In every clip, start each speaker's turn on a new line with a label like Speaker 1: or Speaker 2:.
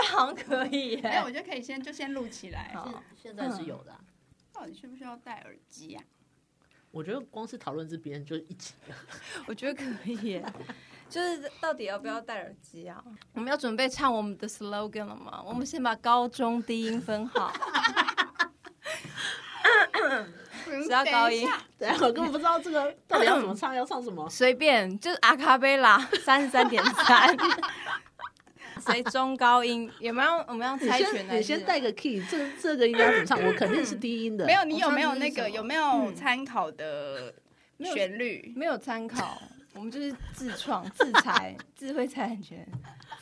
Speaker 1: 好像可以耶
Speaker 2: 哎，我觉得可以先就先录起来。
Speaker 1: 好
Speaker 3: 是现在是有的啊、
Speaker 2: 到底需不需要戴耳机啊？
Speaker 3: 我觉得光是讨论这边就一起，
Speaker 1: 我觉得可以耶，就是到底要不要戴耳机啊？我们要准备唱我们的 slogan 了吗？我们先把高中低音分好，
Speaker 2: 只
Speaker 1: 只要高音，
Speaker 3: 对啊，我根本不知道这个到底要怎么唱，要唱什么。
Speaker 1: 随便就是阿卡贝拉三十三点三， 所以中高音有没有？我们要
Speaker 3: 你
Speaker 1: 猜拳啊
Speaker 3: 先
Speaker 1: 还
Speaker 3: 你
Speaker 1: 是
Speaker 3: 先带个 key，这这个应该怎么唱？我肯定是低音的。
Speaker 2: 没有，你有没有
Speaker 1: 我上次
Speaker 2: 那
Speaker 1: 是什么
Speaker 2: 个有没有参考的
Speaker 1: 没有
Speaker 2: 旋律？
Speaker 1: 没有参考，我们就是自创、 自裁、智慧裁判权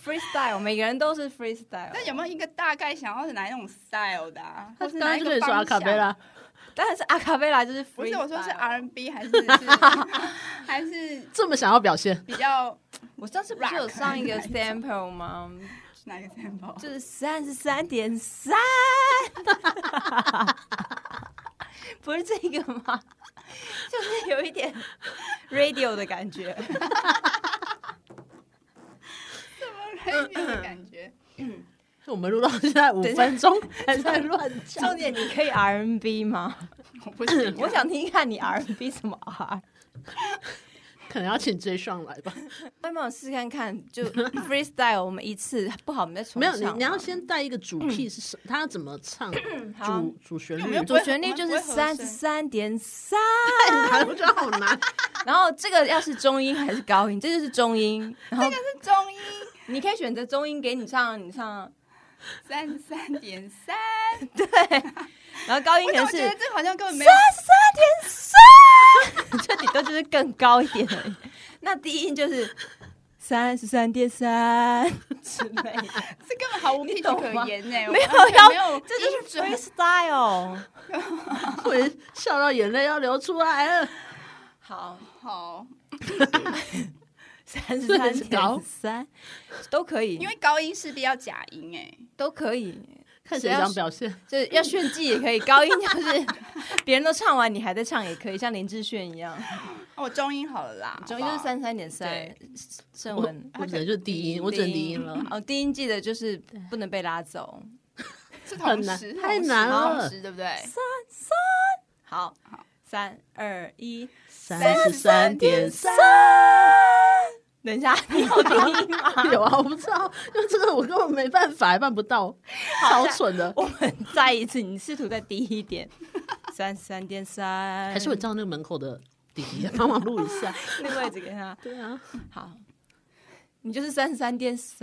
Speaker 1: ，freestyle，每个人都是 freestyle。
Speaker 2: 但有没有一个大概想要是哪一种 style 的啊？
Speaker 3: 他
Speaker 2: 或是
Speaker 3: 刚
Speaker 2: 哪
Speaker 3: 刚
Speaker 2: 一
Speaker 3: 就
Speaker 2: 个
Speaker 3: 跟你说阿
Speaker 2: 方
Speaker 3: 卡贝
Speaker 2: 向？
Speaker 3: 拉，
Speaker 1: 当然是阿卡贝拉，就是 freestyle。
Speaker 2: 不是，我说是 R&B 还是是还是
Speaker 3: 这么想要表现，
Speaker 2: 比较
Speaker 1: 我上次不是有
Speaker 2: Rock
Speaker 1: 上一个 sample 吗？
Speaker 2: 哪个 sample？
Speaker 1: 就是三十三点三， 不是这个吗？ 就是有一点 radio 的感觉。
Speaker 2: 这么 r 的感觉。
Speaker 3: 我们录到现在五
Speaker 1: 等一下
Speaker 3: 分钟还在乱
Speaker 1: 重
Speaker 3: 唱。
Speaker 1: 点，你可以 RNB 吗？
Speaker 2: 我不行啊，
Speaker 1: 我想听看你 RNB 什么 R。
Speaker 3: 可能要请追上来吧。
Speaker 1: 那帮我试看看，就 freestyle，我们一次不好，我们再重
Speaker 3: 没有，你
Speaker 1: 唱
Speaker 3: 你要
Speaker 1: 嘛
Speaker 3: 先带一个主 key 是什？他要怎么唱？
Speaker 1: 好
Speaker 3: 主主旋
Speaker 2: 有
Speaker 3: 律
Speaker 2: 没有？
Speaker 1: 主旋律就是
Speaker 2: 我们不会
Speaker 1: 三
Speaker 2: 合
Speaker 1: 十
Speaker 2: 声
Speaker 1: 三点三，
Speaker 3: 哎我觉得好难。
Speaker 1: 然后这个要是中音还是高音，这就是中音，然后
Speaker 2: 是中音
Speaker 1: 你可以选择中音给你唱，你唱，
Speaker 2: 三十三点三，
Speaker 1: 然后高音可
Speaker 2: 我怎
Speaker 1: 能
Speaker 2: 么
Speaker 1: 是
Speaker 2: 觉得这好像根本没有？
Speaker 1: 三 十三点三，这顶多就是更高一点而已。那低音就是三十三点三之类 的，
Speaker 2: 这根本毫无屁
Speaker 1: 懂
Speaker 2: 可
Speaker 1: 吗
Speaker 2: 言呢、欸我
Speaker 1: 没有
Speaker 2: 完全
Speaker 1: 要
Speaker 2: 没有，
Speaker 1: 这就是
Speaker 2: 准。
Speaker 1: freestyle。
Speaker 3: 我也笑到眼泪要流出来了。
Speaker 1: 好，
Speaker 2: 好，
Speaker 1: 三十三
Speaker 3: 是高
Speaker 1: 点三都可以，
Speaker 2: 因为高音势必要假音哎、
Speaker 1: 都可以。
Speaker 3: 看谁想表现，
Speaker 1: 就是要炫技也可以，高音就是别人都唱完，你还在唱也可以，像林志炫一样。
Speaker 2: 哦，我中音好了啦，
Speaker 1: 总之就是
Speaker 2: 好
Speaker 1: 三三点三
Speaker 2: 对，
Speaker 1: 盛
Speaker 3: 我
Speaker 1: 文。
Speaker 3: 我只能就是低音，我只能低音了。
Speaker 1: 哦，低音记得就是不能被拉走。
Speaker 2: 不好
Speaker 3: 很
Speaker 2: 是
Speaker 3: 难
Speaker 2: 同时，
Speaker 3: 太难了
Speaker 2: 同时对不对？
Speaker 1: 好
Speaker 2: 好，
Speaker 1: 三二一，
Speaker 3: 三十三点三，
Speaker 1: 等 一下，你有低音吗？
Speaker 3: 有啊，我不知道，因为这个我根本没办法，还办不到，超蠢的。
Speaker 1: 我们再一次，你试图再低一点，三三点三，
Speaker 3: 还是我叫那个门口的弟弟 帮忙录一下。
Speaker 1: 那个位置给他。
Speaker 3: 对啊，
Speaker 1: 好，你就是三三点三。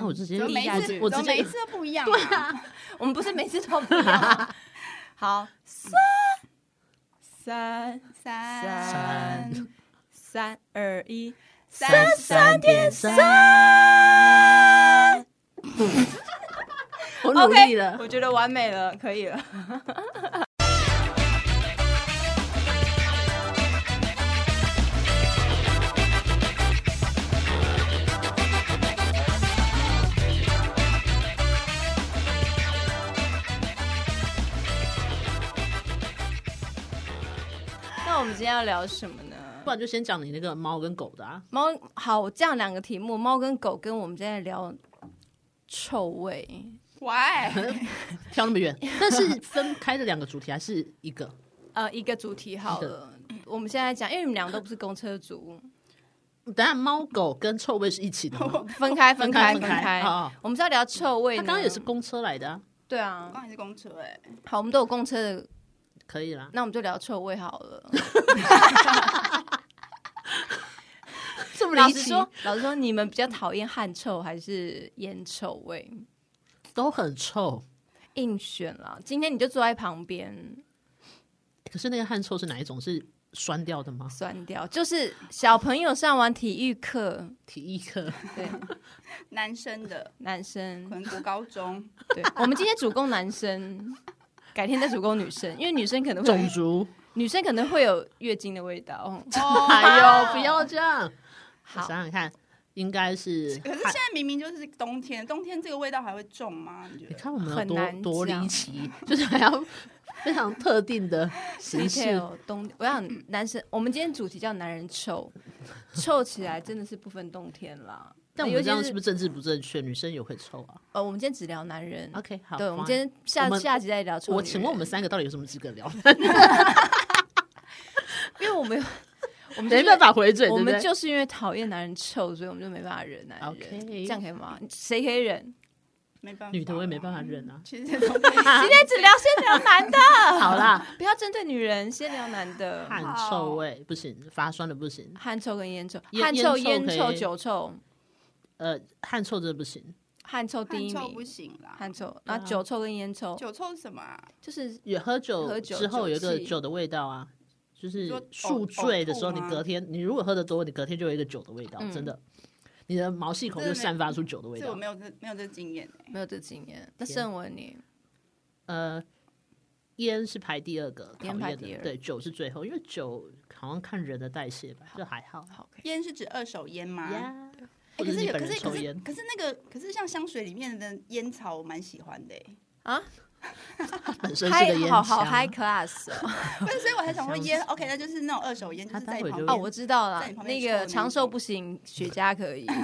Speaker 3: 那我直接
Speaker 2: 怎么每
Speaker 1: 一下
Speaker 2: 一
Speaker 1: 去
Speaker 2: 次，
Speaker 3: 我
Speaker 2: 怎
Speaker 3: 直
Speaker 2: 么每
Speaker 3: 接
Speaker 2: 一次都不一样、啊？对
Speaker 1: 我们不是每次都不一样 吗。好，三三
Speaker 2: 三
Speaker 1: 三二一，
Speaker 3: 三三点三。我努
Speaker 1: OK，
Speaker 3: 力了
Speaker 1: 我觉得完美了，可以了。 那我们今天要聊什么呢？
Speaker 3: 不然就先讲你那个猫跟狗的啊。
Speaker 1: 猫好，我这样两个题目，猫跟狗，跟我们今天聊臭味。
Speaker 2: ，Why？
Speaker 3: 跳那么 远，但是分开的两个主题还是一个。
Speaker 1: 呃，一个主题好了，我们现在讲，因为你们俩都不是公车 族，
Speaker 3: 等一下猫狗跟臭味是一起的吗，
Speaker 1: 分开分开
Speaker 3: 分
Speaker 1: 分
Speaker 3: 开。
Speaker 1: 开。
Speaker 3: 啊，
Speaker 1: 我们是要聊臭味
Speaker 3: 他
Speaker 1: 呢，
Speaker 3: 刚刚也是公车来的啊，
Speaker 1: 对
Speaker 2: 我
Speaker 1: 啊。
Speaker 2: 刚才是公车哎、
Speaker 1: 好，我们都有公车的，
Speaker 3: 可以啦。
Speaker 1: 那我们就聊臭味好了。
Speaker 3: 这么
Speaker 1: 老
Speaker 3: 离
Speaker 1: 实
Speaker 3: 奇，
Speaker 1: 说，老实说，你们比较讨厌汗臭还是烟臭味？
Speaker 3: 都很臭。
Speaker 1: 硬选啦，今天你就坐在旁边，
Speaker 3: 可是那个汗臭是哪一种？是酸掉的吗？
Speaker 1: 酸掉。就是小朋友上完体育课，
Speaker 3: 体育课
Speaker 1: 对，
Speaker 2: 男生的，
Speaker 1: 男
Speaker 2: 可
Speaker 1: 生，
Speaker 2: 能国高 中，
Speaker 1: 对，我们今天主攻男生，改天再主攻女生，因为女生可能会有
Speaker 3: 种族。
Speaker 1: 女生可能会有月经的味 道。
Speaker 2: 哦
Speaker 3: 哎呦，不要这样！我
Speaker 1: 好
Speaker 3: 想，想看，应 该是
Speaker 2: 可是现在明明就是冬天，冬天这个味道还会重吗？你觉
Speaker 3: 你
Speaker 2: 得？
Speaker 3: 看我们有
Speaker 1: 很难
Speaker 3: 多多离
Speaker 1: 讲
Speaker 3: 奇， 就是还要非常特定的形式。
Speaker 1: detail 冬，哦我想男生，我们今天主题叫男人臭，臭起来真的是不分冬天啦。
Speaker 3: 但我们这样
Speaker 1: 尤其是
Speaker 3: 是不是政治不正确？女生也会臭啊。
Speaker 1: 呃，我们今天只聊男人
Speaker 3: OK，好啊
Speaker 1: 对，我们
Speaker 3: fine
Speaker 1: 今天下
Speaker 3: 我们
Speaker 1: 下集再聊臭女人。
Speaker 3: 我请问我们三个到底有什么资格聊？
Speaker 1: 因为我们有我们就是
Speaker 3: 没办法回嘴，
Speaker 1: 我
Speaker 3: 对不
Speaker 1: 们
Speaker 3: 对？
Speaker 1: 就是因为讨厌男人臭，所以我们就没办法忍男人。
Speaker 3: OK
Speaker 1: 这样可以吗？谁可以忍？
Speaker 2: 没办法，啊
Speaker 3: 女的我也没办法。忍 啊。
Speaker 2: 其实都没有
Speaker 1: 今天只聊先聊男的，
Speaker 3: 好啦，
Speaker 1: 不要针对女人，先聊男 的。
Speaker 3: 汗臭味不行，发酸的不行，
Speaker 1: 汗臭跟烟臭，
Speaker 3: 烟
Speaker 1: 汗臭、
Speaker 3: 烟
Speaker 1: 烟
Speaker 3: 臭
Speaker 1: 臭、
Speaker 3: 可以
Speaker 1: 酒臭，
Speaker 3: 呃，汗臭真的不行，
Speaker 1: 汗臭第
Speaker 2: 汗
Speaker 1: 一
Speaker 2: 臭 不
Speaker 1: 名。
Speaker 2: 行啦，
Speaker 1: 汗臭，然后
Speaker 3: 对啊
Speaker 1: 酒臭跟烟臭，
Speaker 2: 酒臭是什么啊？
Speaker 1: 就是
Speaker 3: 也喝
Speaker 1: 喝
Speaker 3: 酒
Speaker 1: 酒
Speaker 3: 之后有一个
Speaker 1: 酒气
Speaker 3: 酒的味道啊。就是
Speaker 2: 说
Speaker 3: 宿醉的时候，
Speaker 2: 呕呕
Speaker 3: 你
Speaker 2: 吐吗
Speaker 3: 隔天你如果喝的多，你隔天就有一个酒的味道，
Speaker 1: 嗯
Speaker 3: 真的，你的毛细孔就散发出酒的味
Speaker 2: 这我
Speaker 3: 道。
Speaker 2: 没有这没有这经验哎。
Speaker 1: 没有这经验。那
Speaker 3: 天
Speaker 1: 圣文你
Speaker 3: 呃，烟是排第二个，讨
Speaker 1: 烟
Speaker 3: 厌
Speaker 1: 排
Speaker 3: 的
Speaker 1: 第二
Speaker 3: 对，酒是最后，因为酒好像看人的代谢吧，就还好。
Speaker 1: 好可以
Speaker 2: 烟是指二手烟吗？
Speaker 3: 呀，
Speaker 2: 哎
Speaker 3: 或
Speaker 2: 可
Speaker 3: 者
Speaker 2: 是
Speaker 3: 你
Speaker 2: 有，
Speaker 3: 本
Speaker 2: 可
Speaker 3: 人
Speaker 2: 是可
Speaker 3: 抽
Speaker 2: 是
Speaker 3: 烟，
Speaker 2: 可是那个，可是像香水里面的烟草，我蛮喜欢的哎。
Speaker 1: 啊？
Speaker 3: 本身是
Speaker 1: 嗨
Speaker 3: 个烟，
Speaker 1: 好好
Speaker 3: 枪
Speaker 1: high class 哦
Speaker 2: 对，所以我还想说
Speaker 3: 香
Speaker 2: 烟，OK，那就是那种二手烟，就
Speaker 3: 他
Speaker 2: 是在
Speaker 3: 待会
Speaker 2: 旁
Speaker 3: 就
Speaker 2: 边。
Speaker 1: 哦，我知道了
Speaker 2: 在你，旁
Speaker 1: 那
Speaker 2: 边抽的
Speaker 1: 个
Speaker 2: 那
Speaker 1: 长寿
Speaker 2: 种
Speaker 1: 不行，雪茄可以，
Speaker 3: 啊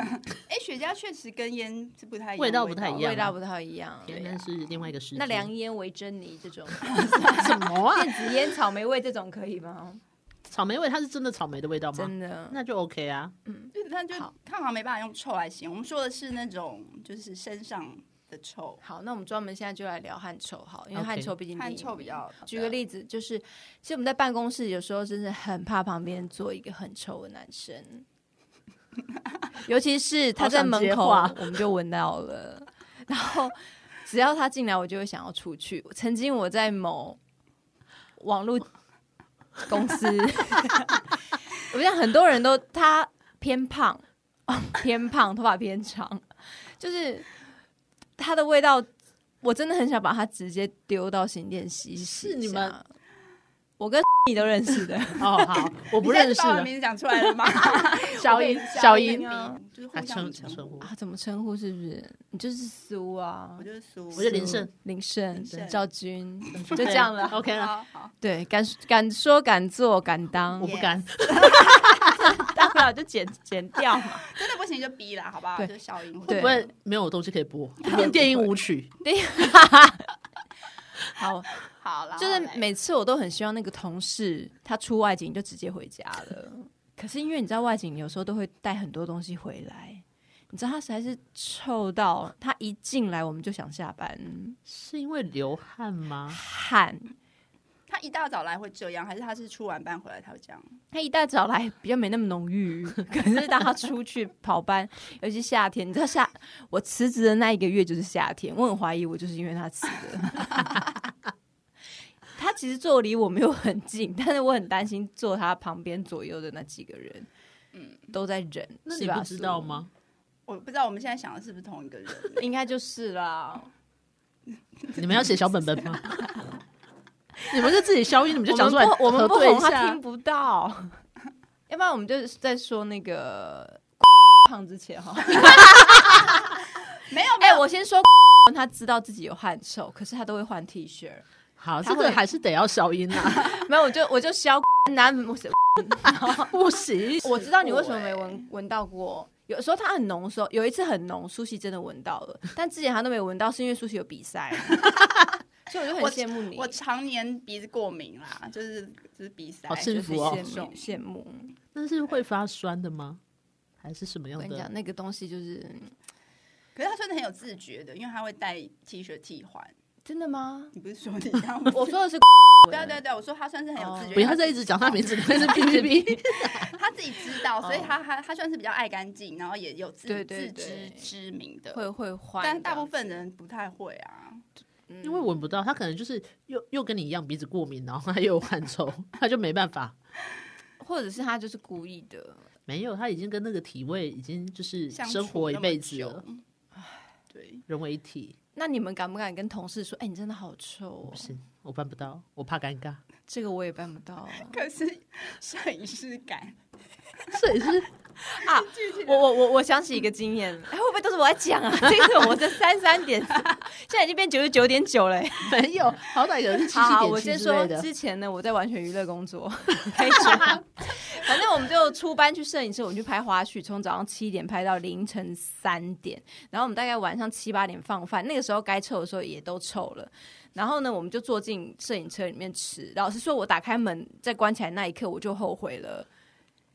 Speaker 2: 哎，雪茄确实跟烟是不太一样，
Speaker 3: 味道不太一样
Speaker 1: 味道不太一样。
Speaker 3: 烟但是另外一个世界。
Speaker 1: 那 良烟为珍妮这种
Speaker 3: 什么啊？
Speaker 1: 电子烟、草莓味这种可以吗？
Speaker 3: 草莓味，它是真的草莓的味道吗？
Speaker 1: 真的，
Speaker 3: 那就 OK 啊。
Speaker 2: 就但就
Speaker 1: 好
Speaker 2: 看好没办法用臭来形容，我们说的是那种就是身上的臭，
Speaker 1: 好，那我们专门现在就来聊汗臭，好，因为
Speaker 3: OK
Speaker 1: 汗臭毕竟第一
Speaker 2: 汗
Speaker 1: 名
Speaker 2: 臭比。较。
Speaker 1: 举个例子，就是其实我们在办公室有时候真的很怕旁边坐一个很臭的男 生，尤其是他在门口，
Speaker 3: 好想
Speaker 1: 我们就闻到了。然后只要他进来，我就会想要出去。曾经我在某网络公司， 我想很多人都他偏胖， 偏胖，头发偏长，就是它的味道，我真的很想把它直接丢到新店洗一洗一下
Speaker 3: 是你们，
Speaker 1: 我跟你都认识的，
Speaker 3: 哦，好，我不
Speaker 2: 你现在
Speaker 3: 认
Speaker 2: 是
Speaker 3: 识
Speaker 2: 把我的
Speaker 3: 了。
Speaker 2: 名字讲出来了吗？
Speaker 3: 小
Speaker 2: 英
Speaker 3: 英，，
Speaker 2: 小
Speaker 3: 小
Speaker 2: 英
Speaker 3: 英，
Speaker 1: 啊，
Speaker 2: 就是
Speaker 3: 啊
Speaker 2: 互相
Speaker 3: 称
Speaker 2: 称
Speaker 3: 称
Speaker 2: 呼。
Speaker 3: 呼，
Speaker 1: 啊，怎么称呼？是不是？你就是苏啊
Speaker 2: 我，就是苏，
Speaker 3: 我就林胜
Speaker 1: 苏、林胜
Speaker 2: 林、胜
Speaker 1: 赵军，就这样了。
Speaker 3: OK 了。
Speaker 2: 好好，
Speaker 1: 对，敢敢说敢做敢当
Speaker 3: 我，不敢，
Speaker 1: 当然就剪剪掉嘛。
Speaker 2: 真的不行就逼啦，好不好？
Speaker 1: 对
Speaker 2: 就小英，
Speaker 1: 对
Speaker 3: 不会没有东西可以 播，演电影舞曲。
Speaker 1: 好，
Speaker 2: 好啦，
Speaker 1: 就是
Speaker 2: 好嘞
Speaker 1: 每次我都很希望那个同事他出外景就直接回家了，可是因为你知道外景有时候都会带很多东西回来，你知道他实在是臭到他一进来我们就想下班，
Speaker 3: 是因为流汗吗？
Speaker 1: 汗。
Speaker 2: 他一大早来会这样，还是他是出完班回来他会这样？
Speaker 1: 他一大早来比较没那么浓郁，可是当他出去跑班，尤其夏天，你知道夏我辞职的那一个月就是夏天，我很怀疑我就是因为他辞的。 他其实坐离我没有很近，但是我很担心坐他旁边左右的那几个人，嗯，都在忍，
Speaker 3: 那
Speaker 1: 是
Speaker 3: 你
Speaker 1: 吧
Speaker 3: 不知道？吗？
Speaker 2: 我不知道我们现在想的是不是同一个人。
Speaker 1: 苏应该就是 啦。
Speaker 3: 你们要写小本本 吗？你们就自己消音，你们就讲出来，
Speaker 1: 我们不我们
Speaker 3: 核对
Speaker 1: 不
Speaker 3: 一
Speaker 1: 红，
Speaker 3: 下
Speaker 1: 他听不到。 要不然我们就是在说那个 胖之 前哈。
Speaker 2: 没有，没
Speaker 1: 哎、
Speaker 2: 有，
Speaker 1: 我先说， 他知道自己有汗臭，可是他都会换 T 恤。
Speaker 3: 好，
Speaker 1: 他
Speaker 3: 这
Speaker 1: 会
Speaker 3: 个还是得要消音 啊，
Speaker 1: 没有，我就我就消 男，我
Speaker 3: 不行。
Speaker 1: 我知道你为什么没闻闻到过。有时候他很浓的时候，有一次很浓，苏西真的闻到 了，但之前他都没闻到，是因为苏西有比赛，啊 所以我就很
Speaker 2: 我
Speaker 1: 羡慕你，
Speaker 2: 我常年鼻子过敏啦，就是就是鼻塞，
Speaker 3: 好
Speaker 1: 就
Speaker 3: 幸
Speaker 1: 是
Speaker 3: 福哦
Speaker 1: 羡慕羡慕。
Speaker 3: 但是会发酸的吗？还是什么
Speaker 1: 我
Speaker 3: 样
Speaker 1: 跟你
Speaker 3: 的
Speaker 1: 讲，？那个东西就是嗯
Speaker 2: 可是他穿的很有自觉的，因为他会带 T 恤替换。
Speaker 1: 真的 吗？
Speaker 2: 你不是说你这样吗？
Speaker 1: 我哦说的 是
Speaker 2: 对啊对啊对啊，我说他算是很有自觉，
Speaker 3: 不要再一直讲他名字，但 是 PPP
Speaker 2: 他自己知道，所以他他他算是比较爱干净，然后也有自
Speaker 1: 哦对对
Speaker 2: 自
Speaker 1: 对
Speaker 2: 知之明的。
Speaker 1: 会会换这样
Speaker 2: 但
Speaker 1: 子，
Speaker 2: 大部分人不太会啊，
Speaker 1: 嗯
Speaker 3: 因为闻不到，他可能就是又又跟你一样鼻子过敏，然后他又有汗臭， 他就没办法。
Speaker 1: 或者是他就是故意的，
Speaker 3: 没有，他已经跟那个体味已经就是
Speaker 2: 相处
Speaker 3: 生活一
Speaker 2: 那么
Speaker 3: 辈子
Speaker 2: 久
Speaker 3: 了，。
Speaker 2: 对，
Speaker 3: 融为一体。
Speaker 1: 那你们敢不敢跟同事说？哎、你真的好臭、哦
Speaker 3: 不！行，我办不到，我怕尴尬。
Speaker 1: 这个我也办不到、
Speaker 2: 可是摄影师感，
Speaker 3: 摄影师
Speaker 1: 啊！我我我我想起一个经 验，哎，会不会都是我在讲 啊？这是我的三三点，现在已经变九十九点九了、哎
Speaker 3: 没有，好歹有人是七
Speaker 1: 好
Speaker 3: 七
Speaker 1: 好，
Speaker 3: 点
Speaker 1: 我
Speaker 3: 七
Speaker 1: 先
Speaker 3: 之类
Speaker 1: 说
Speaker 3: 的。
Speaker 1: 之前呢，我在完全娱乐工 作，开始。反正我们就出班去摄影室，我们去拍花絮，从早上七点拍到凌晨三点，然后我们大概晚上七八点放饭，那个时候该臭的时候也都臭了。然后呢，我们就坐进摄影车里面吃。老实说，我打开门在关起来那一刻，我就后悔了，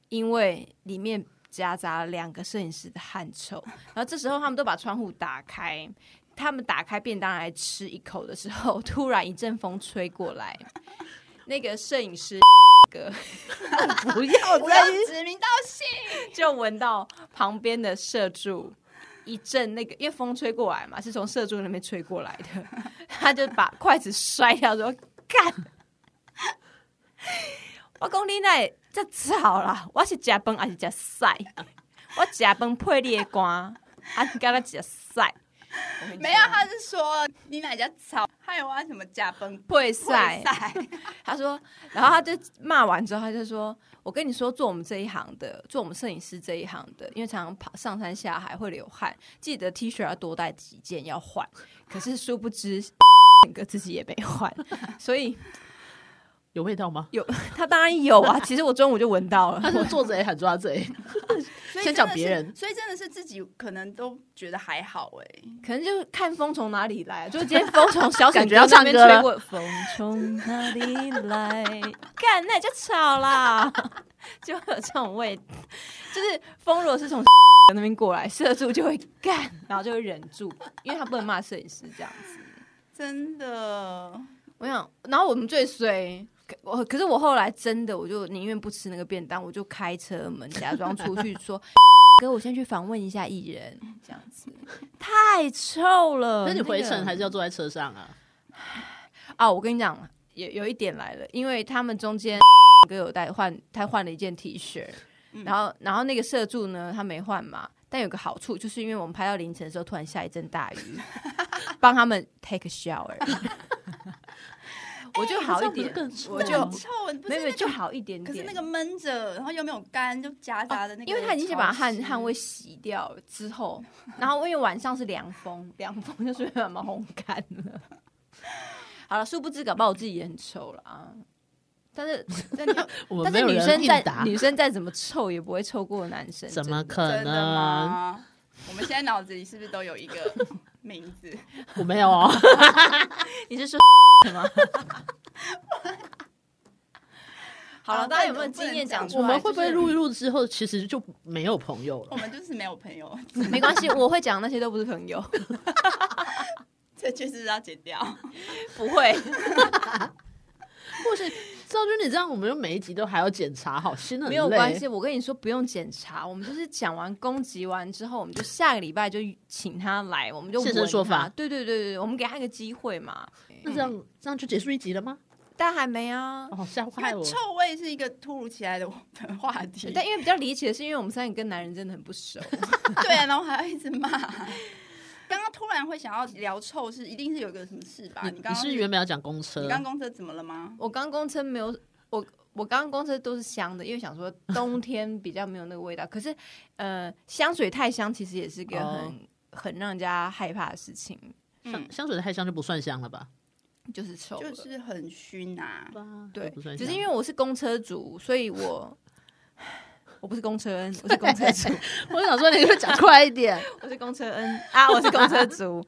Speaker 1: 因为里面夹杂了两个摄影师的汗臭。然后这时候他们都把窗户打开，他们打开便当来吃一口的时候， 突然一阵风吹过来，那个摄影师哥
Speaker 3: 不
Speaker 1: 哦
Speaker 3: 要
Speaker 2: 不要指名道姓。
Speaker 1: 就闻到旁边的社助一阵那个，因为风吹过来嘛，是从社助那边吹过来 的，他就把筷子摔掉，说：“干， 我讲你那这吵啦，我是食饭还是食屎？我食饭配你的肝，啊，你敢若食屎？我跟你讲
Speaker 2: 没有，他是说你哪家草，害我什么加 崩
Speaker 1: 配
Speaker 2: 赛
Speaker 1: 屎。”
Speaker 2: 赛，
Speaker 1: 他说，然后他就骂完之后，他就说：“我跟你说，做我们这一行的，做我们摄影师这一行的，因为常常跑上山下海会流汗，记得 T 恤要多带几件要换。可是殊不知，整个自己也没换，所以
Speaker 3: 有味道吗？
Speaker 1: 有他当然有啊。其实我中午就闻到了
Speaker 3: 他，是做贼喊抓 贼，
Speaker 2: 所以真
Speaker 3: 先
Speaker 2: 的
Speaker 3: 讲
Speaker 2: 是
Speaker 3: 别人
Speaker 2: 所以真的是自己可能都觉得还好哎、
Speaker 1: 可能就是看风从哪里来、啊， 就是今天风从小沈
Speaker 3: 感觉要
Speaker 1: 哥那边
Speaker 3: 唱歌
Speaker 1: 吹
Speaker 3: 了
Speaker 1: 过，风从哪里来？干，那也就吵啦， 就会有这种味，就是风如果是从 那边过来，射住就会干，然后就会忍住，因为他不能骂摄影师这样子。
Speaker 2: 真的。
Speaker 1: 我想，然后我们最衰。可我可是我后来真的，我就宁愿不吃那个便当，我就开车门假装出去说：“ 哥，我先去访问一下艺人。”这样子太臭了。
Speaker 3: 呃那你回
Speaker 1: 个
Speaker 3: 程还是要坐在车上啊？
Speaker 1: 啊，我跟你讲，有有一点来了，因为他们中间 哥有带换，他换了一件 T 恤，
Speaker 2: 嗯
Speaker 1: 然后然后那个社助呢，他没换嘛。但有个好处，就是因为我们拍到凌晨的时候，突然下一阵 大雨，帮他们 take a shower，我就
Speaker 2: 哎
Speaker 1: 好一点
Speaker 3: 这样不是，更
Speaker 1: 我
Speaker 2: 那
Speaker 1: 就
Speaker 2: 很臭，不
Speaker 1: 没有没
Speaker 2: 是那
Speaker 1: 有
Speaker 2: 个
Speaker 1: 就好一点
Speaker 2: 可是
Speaker 1: 点
Speaker 2: 那。个闷着，然后又没有干，就夹杂的那个潮湿、
Speaker 1: 哦因为他已经先把汗汗味洗掉之后，然后因为晚上是凉风，凉风就顺便把毛烘干了。好了，殊不知搞不好我自己也很臭了啊。但 是，但你
Speaker 3: 我们
Speaker 1: 但是
Speaker 3: 没有
Speaker 1: 女
Speaker 3: 人
Speaker 1: 生
Speaker 3: 应
Speaker 1: 再
Speaker 3: 答，
Speaker 1: 女生再怎么臭，也不会臭过男生。
Speaker 3: 怎么
Speaker 1: 真的？
Speaker 3: 可
Speaker 2: 真的
Speaker 3: 能？
Speaker 2: 吗？我们现在脑子里是不是都有一个 名字？
Speaker 3: 我没有 哦，
Speaker 1: 你是说 吗？好了，
Speaker 2: 好
Speaker 1: 大家有没有
Speaker 2: 但我不
Speaker 1: 经
Speaker 2: 能
Speaker 1: 验讲
Speaker 2: 讲
Speaker 1: 出
Speaker 3: 我
Speaker 1: 来？
Speaker 3: 们会不会
Speaker 1: 就是
Speaker 3: 录一录之后，其实就没有朋友
Speaker 2: 我
Speaker 3: 了？
Speaker 2: 们就是没有朋友，
Speaker 1: 没关系，我会讲那些都不是朋友，
Speaker 2: 这就是要剪 掉。
Speaker 1: 不会。
Speaker 3: 或是赵军，你这样我们又每一集都还要检查，好心很
Speaker 1: 没有
Speaker 3: 累
Speaker 1: 关系，。我跟你说不用检查，我们就是讲完攻击完之后，我们就下个礼拜就请他来，我们就
Speaker 3: 现身
Speaker 1: 闻
Speaker 3: 说法
Speaker 1: 他对对对对，我们给他一个机会嘛。
Speaker 3: 那这样这样就结束一集了吗？
Speaker 1: 但还没啊，
Speaker 3: 哦，吓
Speaker 2: 因为
Speaker 3: 坏我！
Speaker 2: 臭味是一个突如其来的的话
Speaker 3: 哦
Speaker 2: 题，
Speaker 1: 但因为比较离奇的是，因为我们三个跟男人真的很不熟，
Speaker 2: 对啊，然后还要一直骂。刚刚突然会想要聊臭是，一定是有个什么事吧？
Speaker 3: 你
Speaker 2: 刚
Speaker 3: 你
Speaker 2: 刚
Speaker 3: 是原本要讲公
Speaker 2: 你
Speaker 3: 车，
Speaker 2: 刚公车怎么了吗？
Speaker 1: 我刚公车没有我。我刚公车都是香的，因为想说冬天比较没有那个味道。可是，呃，香水太香其实也是个很、
Speaker 3: 哦
Speaker 1: 很让人家害怕的事情，
Speaker 2: 嗯
Speaker 3: 香，香水太香就不算香了吧？
Speaker 1: 就是臭了。
Speaker 2: 就是很熏啊。
Speaker 1: 对
Speaker 3: 不算，
Speaker 1: 只
Speaker 3: 香。
Speaker 1: 是因为我是公车族，所以 我我不是公车恩，我是公 车族，
Speaker 3: 我想说，你会讲快一 点。
Speaker 1: 我是公车恩啊，我是公车族。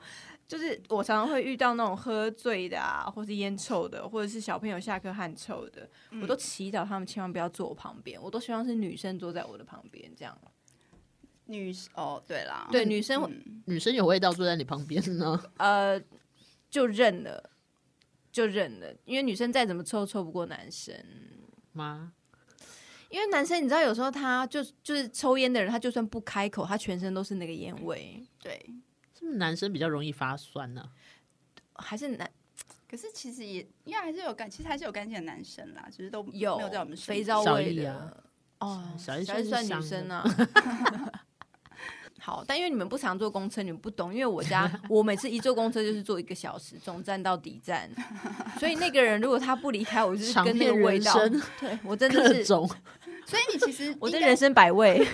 Speaker 1: 就是我常常会遇到那种喝醉的啊，或是烟臭的，或者是小朋友下课汗臭的，我都祈祷他们千万不要坐我旁边，我都希望是女生坐在我的旁边，这样。
Speaker 2: 女哦，对啦，
Speaker 1: 对，女生、
Speaker 2: 嗯
Speaker 3: 女生有味道坐在你旁边呢，
Speaker 1: 呃就认了，就认了，因为女生再怎么臭，臭不过男生。
Speaker 3: 妈，
Speaker 1: 因为男生你知道，有时候他就就是抽烟的人，他就算不开口，他全身都是那个烟味。
Speaker 2: 对。
Speaker 3: 是不是男生比较容易发酸呢、
Speaker 1: 还是男
Speaker 2: 可是其实也，因为还是有干，其实还是有干净的男生啦，只是都
Speaker 1: 有
Speaker 2: 没有在我们身
Speaker 1: 肥
Speaker 2: 边
Speaker 1: 皂
Speaker 3: 小
Speaker 1: 味
Speaker 3: 姨
Speaker 1: 的、
Speaker 3: 啊
Speaker 1: 哦，
Speaker 3: 小姨
Speaker 1: 小姨
Speaker 3: 是
Speaker 1: 算
Speaker 3: 香
Speaker 1: 女
Speaker 3: 的
Speaker 1: 生啊。好，但因为你们不常坐公车，你们不懂。因为我 家我每次一坐公车就是坐一个小时，总站到底站，所以那个人如果他不离开，我就是
Speaker 3: 尝
Speaker 1: 跟那个
Speaker 3: 遍
Speaker 1: 味
Speaker 3: 人
Speaker 1: 道
Speaker 3: 生，
Speaker 1: 对我真
Speaker 3: 各
Speaker 1: 的是
Speaker 3: 种
Speaker 2: 所以你其实
Speaker 1: 我的
Speaker 2: 应该
Speaker 1: 人生百 味，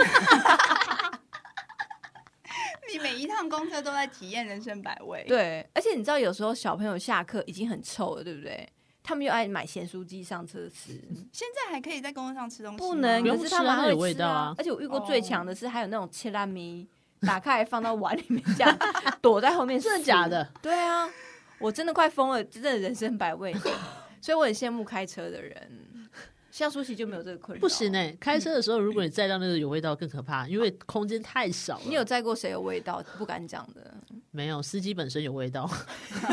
Speaker 2: 你每一趟公车都在体验人生百 味。，
Speaker 1: 对，而且你知道有时候小朋友下课已经很臭了，对不对？他们又爱买咸酥鸡上车吃，
Speaker 2: 现在还可以在公车上吃东西吗，
Speaker 1: 不能，
Speaker 3: 不用
Speaker 1: 可是他们
Speaker 3: 吃啊
Speaker 1: 还
Speaker 3: 那
Speaker 1: 会
Speaker 3: 有味
Speaker 1: 吃
Speaker 3: 道啊
Speaker 1: 而且我遇过最强的是，还有那种切拉米，打开来放到碗里面，这 样躲在后面，
Speaker 3: 真的假？的？
Speaker 1: 对啊，我真的快疯了，真的人生百味， 所以我很羡慕开车的人。像舒淇就没有这个困扰，
Speaker 3: 不行哎、开车的时候，如果你载到那个有味道更可怕，因为空间太小了。
Speaker 1: 你有载过谁有味道？不敢讲 的，
Speaker 3: 没有？司机本身有味道，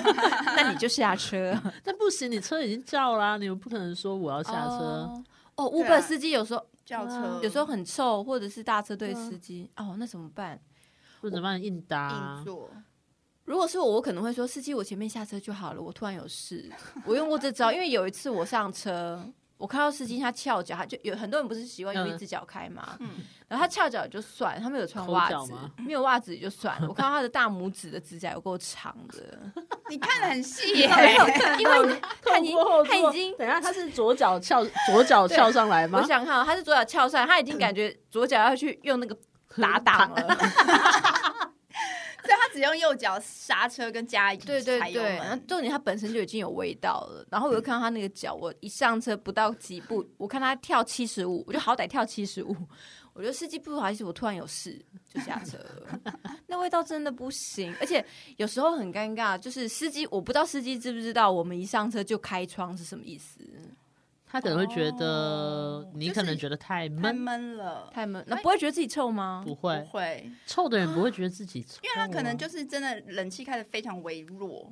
Speaker 1: 那你就下车。
Speaker 3: 但不行，你车已经叫啦、你们不可能说我要哦下车。
Speaker 1: 哦哦
Speaker 2: 对啊
Speaker 1: ，Uber 司机有时候
Speaker 2: 叫车，
Speaker 1: 有时候很臭，或者是大车
Speaker 3: 啊
Speaker 1: 队司机，哦，那怎么办？
Speaker 3: 不能帮你硬搭、
Speaker 1: 啊
Speaker 2: 硬座。
Speaker 1: 如果是我，我可能会说司机，我前面下车就好了，我突然有事。我用过这招，因为有一次我上车，我看到司机他翘脚，他就有很多人不是习惯用
Speaker 3: 嗯
Speaker 1: 一只脚开嘛，
Speaker 2: 嗯
Speaker 1: 然后他翘脚也就算，他没有穿袜
Speaker 3: 啊抠脚
Speaker 1: 子
Speaker 3: 吗，
Speaker 1: 没有袜子也就算了。我看到他的大拇指的指甲有够长 的，
Speaker 2: 你看的很细
Speaker 1: 因为
Speaker 2: 耶、
Speaker 1: 他 已经
Speaker 3: 透过后座
Speaker 1: 他已经。
Speaker 3: 等一下，他是左脚 翘，左脚翘上来
Speaker 1: 我
Speaker 3: 吗？
Speaker 1: 想看、哦，他是左脚翘上来，他已经感觉左脚要去用那个打档了，
Speaker 2: 所以他只用右脚刹车跟加
Speaker 1: 对对
Speaker 2: 踩油
Speaker 1: 对，然后
Speaker 2: 门
Speaker 1: 重点它本身就已经有味道了，然后我又看到它那个脚，我一上车不到几步，我看它跳七十五，我就好歹跳七十五，我觉得司机不好意思，我突然有事就下车了，那味道真的不行，而且有时候很尴尬，就是司机我不知道司机知不知道我们一上车就开窗是什么意思，
Speaker 3: 他可能会觉得
Speaker 2: 哦，
Speaker 3: 你
Speaker 2: 就
Speaker 3: 可能
Speaker 2: 是
Speaker 3: 觉得太
Speaker 2: 太
Speaker 3: 闷，
Speaker 2: 闷了，
Speaker 1: 太闷，那不会觉得自己臭吗？
Speaker 3: 不
Speaker 2: 不
Speaker 3: 会
Speaker 2: 会，
Speaker 3: 臭的人不会觉得自己臭啊，
Speaker 2: 因为他可能就是真的冷气开的非常微弱，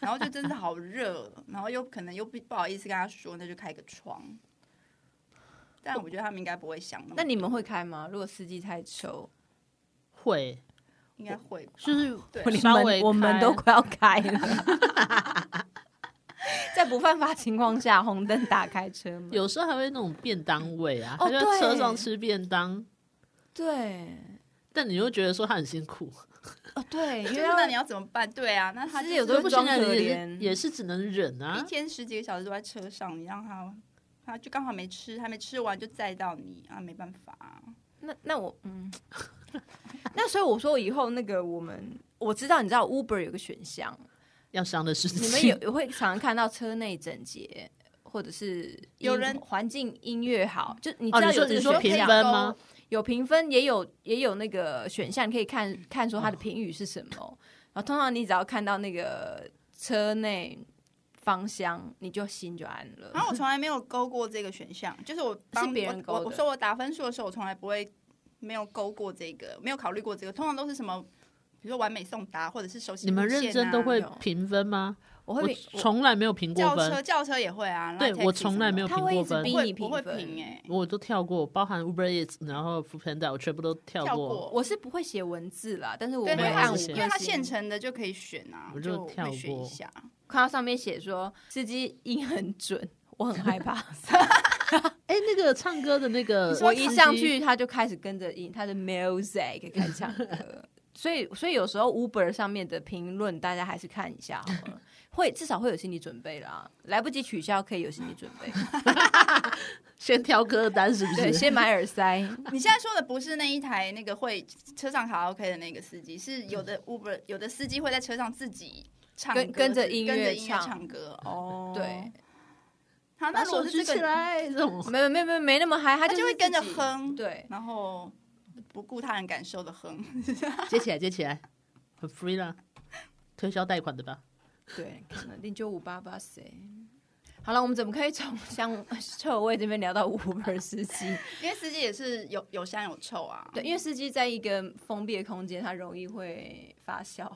Speaker 2: 然后就真的好热，然后又可能又不不好意思跟他说，那就开个窗。但我觉得他们应该不会想那么多，
Speaker 1: 那你们会开吗？如果司机太臭，
Speaker 3: 会，
Speaker 2: 应该会吧
Speaker 3: 就是
Speaker 2: 对
Speaker 1: 你
Speaker 3: 稍微
Speaker 1: 们我们
Speaker 3: 开
Speaker 1: 都快要开了， 在不犯法情况下，红灯打开车门。
Speaker 3: 有时候还会那种便当味啊，
Speaker 1: 嗯哦
Speaker 3: 他就
Speaker 1: 对
Speaker 3: 在车上吃便当，
Speaker 1: 对，
Speaker 3: 但你又觉得说他很辛苦，
Speaker 1: 哦 对，因
Speaker 2: 就
Speaker 1: 为
Speaker 2: 是那
Speaker 1: 要
Speaker 2: 你要怎么办？对啊，那他
Speaker 1: 其实
Speaker 2: 就是
Speaker 1: 有时
Speaker 3: 都
Speaker 1: 候
Speaker 3: 不
Speaker 1: 会
Speaker 3: 行
Speaker 1: 装
Speaker 3: 啊，
Speaker 1: 可
Speaker 3: 也
Speaker 1: 怜
Speaker 3: 是也是只能忍
Speaker 2: 一
Speaker 3: 啊。
Speaker 2: 天十几个小时都在车上，你让他，他就刚好没吃，还没吃完就载到你啊，没办法、
Speaker 1: 那那我嗯， 那所以我说以后那个我们我知道，你知道 Uber 有个选项，
Speaker 3: 要伤的事情，
Speaker 1: 你们有 有会常常看到车内整洁。或者是
Speaker 2: 有
Speaker 1: 音
Speaker 2: 人
Speaker 1: 环境音乐好，就你知
Speaker 3: 哦，
Speaker 1: 道
Speaker 3: 你
Speaker 1: 有
Speaker 3: 说
Speaker 1: 这
Speaker 3: 你
Speaker 1: 个啊
Speaker 3: 说
Speaker 1: 选
Speaker 3: 评
Speaker 1: 项，
Speaker 3: 分吗？
Speaker 1: 有评分，也有也有那个选项，你可以看看说它
Speaker 3: 哦
Speaker 1: 的评语是什么。然后通常你只要看到那个车内芳香，你就心就安了。
Speaker 2: 然后我从来没有勾过这个选项，就是我帮
Speaker 1: 别人勾
Speaker 2: 我
Speaker 1: 的
Speaker 2: 我我说我打分数的时候，我从来不会没有勾过这个，没有考虑过这个，通常都是什么，比如说完美送达或者是熟悉、啊
Speaker 3: 你们认真都会评分吗？
Speaker 1: 啊我
Speaker 3: 我
Speaker 1: 会我
Speaker 3: 从来没有评过
Speaker 2: 轿车
Speaker 3: 分，
Speaker 2: 轿车也会啊，
Speaker 3: 对
Speaker 2: Line
Speaker 3: 我
Speaker 2: Taxi
Speaker 3: 从来没有
Speaker 2: 什
Speaker 1: 他
Speaker 3: 评
Speaker 1: 会
Speaker 3: 过
Speaker 1: 一直
Speaker 3: 分
Speaker 1: 逼，
Speaker 2: 么的
Speaker 1: 你
Speaker 2: 不
Speaker 1: 评
Speaker 2: 会不
Speaker 1: 分
Speaker 2: 会评哎、
Speaker 3: 我都跳过，包含 Uber Eats，然后 f o o p a n d a 我全部都跳
Speaker 2: 跳
Speaker 3: 过。
Speaker 1: 我是不会写文字啦，但是我
Speaker 2: 对，
Speaker 1: 会
Speaker 2: 因为
Speaker 3: 没有
Speaker 1: 按
Speaker 2: 它
Speaker 1: 五
Speaker 3: 我
Speaker 1: 颗
Speaker 3: 是
Speaker 1: 星
Speaker 2: 因为它现成的就可以选啊，
Speaker 3: 我就
Speaker 2: 就
Speaker 3: 跳
Speaker 2: 会选
Speaker 3: 过
Speaker 2: 一下。
Speaker 1: 看到上面写说司机音很准，我很害怕。
Speaker 3: 哎，那个唱歌的那个，
Speaker 1: 我一上去他就开始跟着音，他的 music 开始唱 歌。所以，所以有时候 Uber 上面的评论，大家还是看一下好了，会至少会有心理准备啦。来不及取消，可以有心理准 备。
Speaker 3: 先挑歌单，是不
Speaker 1: 对，
Speaker 3: 是？
Speaker 1: 先买耳 塞。
Speaker 2: 你现在说的不是那一台那个会车上卡拉 OK 的那个司机，是有的 Uber 有的司机会在车上自己唱歌，
Speaker 1: 嗯跟跟着音乐
Speaker 2: 跟着音乐
Speaker 1: 唱
Speaker 2: 唱歌哦。
Speaker 1: 对，
Speaker 2: 好，那
Speaker 3: 把
Speaker 2: 如果
Speaker 3: 手
Speaker 2: 是
Speaker 3: 举
Speaker 2: 这
Speaker 3: 起
Speaker 2: 个，
Speaker 3: 来，这种
Speaker 1: 没有，没有，没有，没那么嗨，他
Speaker 2: 他
Speaker 1: 就
Speaker 2: 就是会跟着
Speaker 1: 自己。
Speaker 2: 哼，
Speaker 1: 对，
Speaker 2: 然后不顾他人感受 的哼。
Speaker 3: 接起来，接起来，很 free 啦，推销贷款的吧？
Speaker 1: 对，可能零九五八八谁？好了，我们怎么可以从香 臭味这边聊到 Uber 司机？
Speaker 2: 因为司机也是有有香有臭啊。
Speaker 1: 对，因为司机在一个封闭的空间，他容易会发 酵，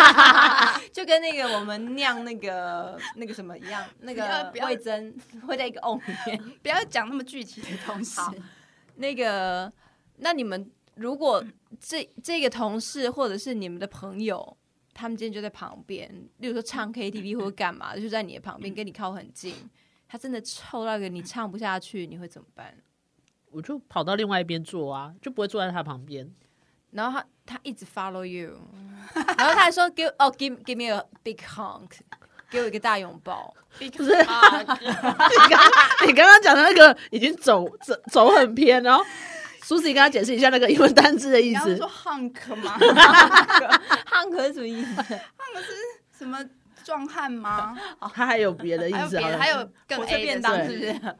Speaker 1: 就跟那个我们酿那个那个什么一样，那个
Speaker 2: 不要不要
Speaker 1: 味增会在一个瓮里面。
Speaker 2: 不要讲那么具体的东西。
Speaker 1: 好那个，那你们如果这这个同事或者是你们的朋友，他们今天就在旁边，例如说唱 KTV 或者干嘛，就在你的旁边跟你靠很近，他真的臭到一个你唱不下去，你会怎么办？
Speaker 3: 我就跑到另外一边坐啊，就不会坐在他旁边。
Speaker 1: 然后他他一直 follow you，然后他还说 give 哦、give give me a big honk，给我一个大拥抱。
Speaker 2: 不 是啊，
Speaker 3: 你刚刚你刚刚讲的那个已经走走走很偏，然后苏子跟他解释一下那个英文单字的
Speaker 2: 你
Speaker 3: 意
Speaker 2: 要
Speaker 3: 思
Speaker 2: 说。hunk 吗？
Speaker 1: 汉可是什么意思？
Speaker 2: 什么壮汉吗？
Speaker 3: 他还有别的意
Speaker 2: 还有
Speaker 3: 思
Speaker 2: 别
Speaker 3: 好
Speaker 2: 的，
Speaker 3: 了，
Speaker 2: 还有更
Speaker 1: 火车
Speaker 2: A
Speaker 1: 便
Speaker 2: 的
Speaker 1: 当
Speaker 2: 是不
Speaker 1: 是
Speaker 2: 是
Speaker 1: 不是？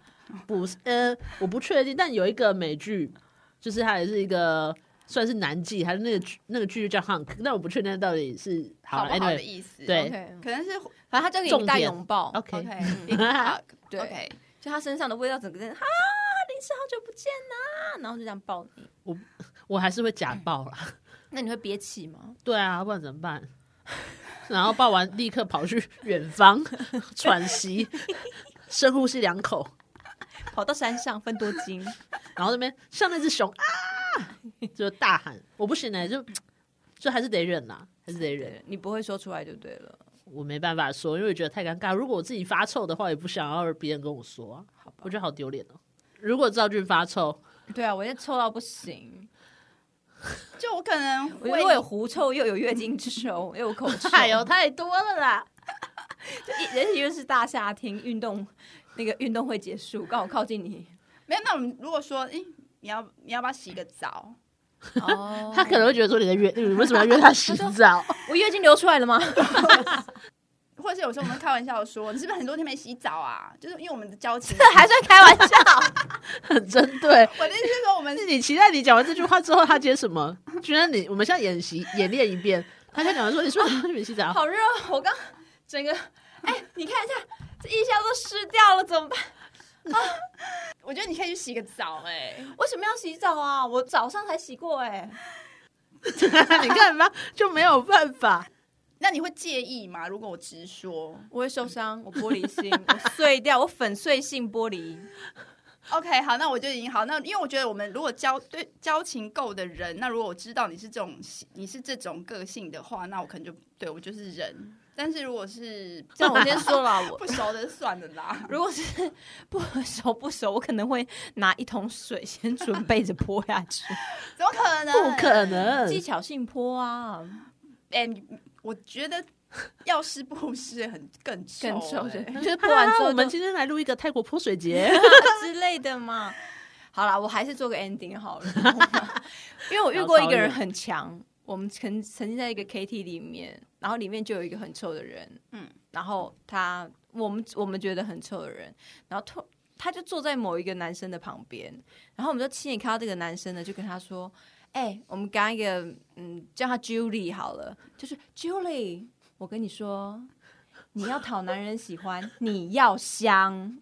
Speaker 3: 不是呃，我不确定，但有一个美剧，就是它也是一个算是男妓，还是那个剧那个剧就叫 Hunk，但我不确定到底是
Speaker 2: 好
Speaker 3: 好
Speaker 2: 不
Speaker 3: 了
Speaker 2: 好的
Speaker 3: anyway
Speaker 2: 意思？哦
Speaker 3: 对
Speaker 1: OK，
Speaker 2: 可能是
Speaker 1: 反正他就给你大
Speaker 3: 重点
Speaker 1: 拥抱，
Speaker 3: OK，
Speaker 2: OK，big hug，
Speaker 1: 嗯对
Speaker 2: OK，
Speaker 1: 就他身上的味道，整个人哈，林志好久不见啦、然后就这样抱你。
Speaker 3: 我还是会 假爆啦。
Speaker 1: 那你会憋气吗？
Speaker 3: 对啊，不然怎么办？ 然后抱完立刻跑去远方 喘息，深呼吸两口，
Speaker 1: 跑到山上分多 金，
Speaker 3: 然后那边像那只熊啊， 就大喊，我不行呢、就就还是得忍啦，还是得忍。
Speaker 1: 你不会说出来就对了。
Speaker 3: 我没办法说，因为我觉得太尴尬。如果我自己发臭的话，也不想要别人跟我说啊，我觉得好丢脸哦。如果赵俊发臭，
Speaker 1: 对啊，我现在臭到不行，
Speaker 2: 就我可能
Speaker 1: 我
Speaker 2: 会
Speaker 1: 又有狐臭，又有月经臭，又有 口臭，
Speaker 3: 哎呦，太多了啦！
Speaker 1: 就一尤其又是大夏天运动，那个运动会结束，刚好靠近你。
Speaker 2: 没有。那我们如果说，诶，你要你要不要洗个澡？
Speaker 1: 哦
Speaker 3: 他可能会觉得说你在约， 你为什么要约他洗澡？
Speaker 1: 我月经流出来了吗？
Speaker 2: 或者是有时候我们开玩笑说，你是不是很多天没洗澡啊？就是因为我们的交情，
Speaker 1: 这 还算开玩笑？
Speaker 3: 很针对。
Speaker 2: 我的意思是说，我们
Speaker 3: 但是你期待你讲完这句话之后，他接什么？居然你我们现在演习演练一遍，他就讲完说：“你说你们洗澡，
Speaker 1: 好热，哦我刚整个，哎、你看一下，这腋下都湿掉了，怎么办？
Speaker 2: 我觉得你可以去洗个澡、诶，
Speaker 1: 为什么要洗澡啊？我早上才洗过、哎。
Speaker 3: 你看吧，就没有办 法。
Speaker 2: 那你会介意吗？如果我直说
Speaker 1: 我会受伤，我玻璃 心，我碎掉，我粉碎性玻璃。
Speaker 2: ，OK，好，那我就已经好。那因为我觉得我们如果交对交情够的人，那如果我知道你是这种你是这种个性的话，那我可能就对我就是人。但是如 果是
Speaker 1: 这样我先说了，我
Speaker 2: 不熟的，算了啦。
Speaker 1: 如果是 不熟不熟，我可能会拿一桶水先准备着泼下去，
Speaker 2: 怎么可能？
Speaker 3: 不可。能，
Speaker 1: 技巧性泼啊，
Speaker 2: 哎、你我觉得要湿不湿很更臭、
Speaker 1: 更臭
Speaker 2: 欸
Speaker 1: 就是泼
Speaker 3: 不
Speaker 1: 完
Speaker 3: 然
Speaker 1: 之 后
Speaker 3: 我们
Speaker 1: 就
Speaker 3: 今天来录一个泰国泼水节。
Speaker 1: 之类的嘛。好啦，我还是做个 ending 好了，因为我遇过一个人很强，我们曾曾经在一个 KT 里面，然后里面就有一个很臭的人，嗯
Speaker 2: 嗯，
Speaker 1: 然后他我们我们觉得很臭的人，然后突他就坐在某一个男生的旁边，然后我们就亲眼看到这个男生呢，就跟他说：“哎、我们刚一个嗯，叫他 Julie 好了，就是 Julie，我跟你说，你要讨男人喜欢，你要香。”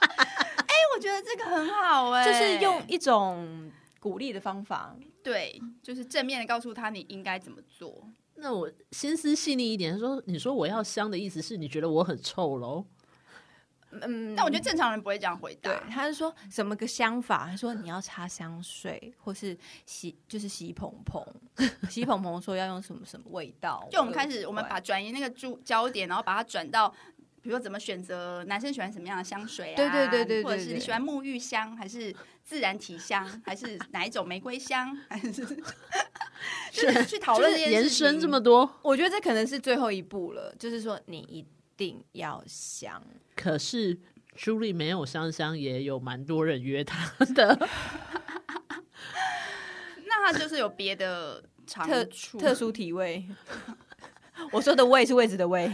Speaker 2: 我觉得这个很好哎、
Speaker 1: 就是用一种鼓励的方法。
Speaker 2: 对，就是正面的告诉他你应该怎么做。
Speaker 3: 那我心思细腻一点，说你说我要香的意思是你觉得我很臭喽？
Speaker 1: 嗯，
Speaker 2: 但我觉得正常人不会这样回答
Speaker 1: 对，。他是说什么个香法？他说你要擦香水，或是洗，就是洗蓬蓬， 洗蓬蓬说要用什么什么味道。
Speaker 2: 就我们开始，我们把转移那个注焦点，然后把它转到，比如说怎么选择男生喜欢什么样的香水啊？
Speaker 1: 对对对对对
Speaker 2: 或者是
Speaker 1: 对
Speaker 2: 你喜欢沐浴香，还是自然体香，还是哪一种玫瑰香？还 是 就是去讨论这件事情
Speaker 3: 延伸这么多，
Speaker 1: 我觉得这可能是最后一步了，就是说你一定要香。
Speaker 3: 可是朱莉没有香香，也有蛮多人约她的。
Speaker 2: 那他就是有别的长
Speaker 1: 特
Speaker 2: 处，
Speaker 1: 特殊体位。 我说的位是位置的 位。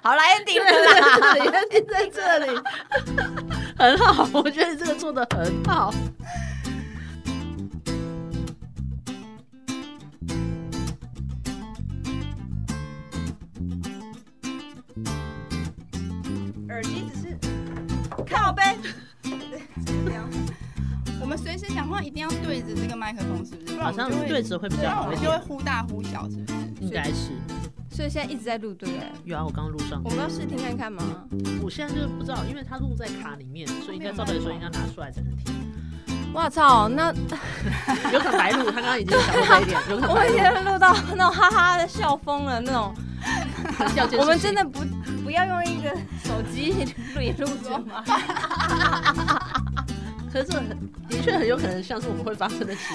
Speaker 1: 好啦 e n d i 了啦。
Speaker 3: 这里， 定在这里，很好，我觉得这个做的很好。
Speaker 2: 耳机只是靠背。这样 我们随时讲话一定要对着这个麦克风，是不是？不然
Speaker 3: 好
Speaker 2: 我
Speaker 3: 像
Speaker 2: 们就会
Speaker 3: 对，折会比
Speaker 2: 不
Speaker 3: 较
Speaker 2: 然我
Speaker 3: 好一
Speaker 2: 们就会
Speaker 3: 点，
Speaker 2: 忽大忽小，是不是？
Speaker 3: 应该是。
Speaker 1: 所以现在一直在录，对不对？
Speaker 3: 有啊，我刚刚录上
Speaker 1: 我，们要试听看看吗？
Speaker 3: 我现在就是不知道，因为它录在卡里面，所以应该照理说应该拿出来才能听。
Speaker 1: 哇操！那
Speaker 3: 有可能白录，他刚刚已经想过这一点，有可 能
Speaker 1: 我
Speaker 3: 白
Speaker 1: 们
Speaker 3: 录
Speaker 1: 已经录到那种哈哈的笑疯了那种。
Speaker 3: 掉件事情
Speaker 1: 我们真的不不要用一个手机录也录着吗？
Speaker 3: 可是这很的确很有可能像是我们会发生的事。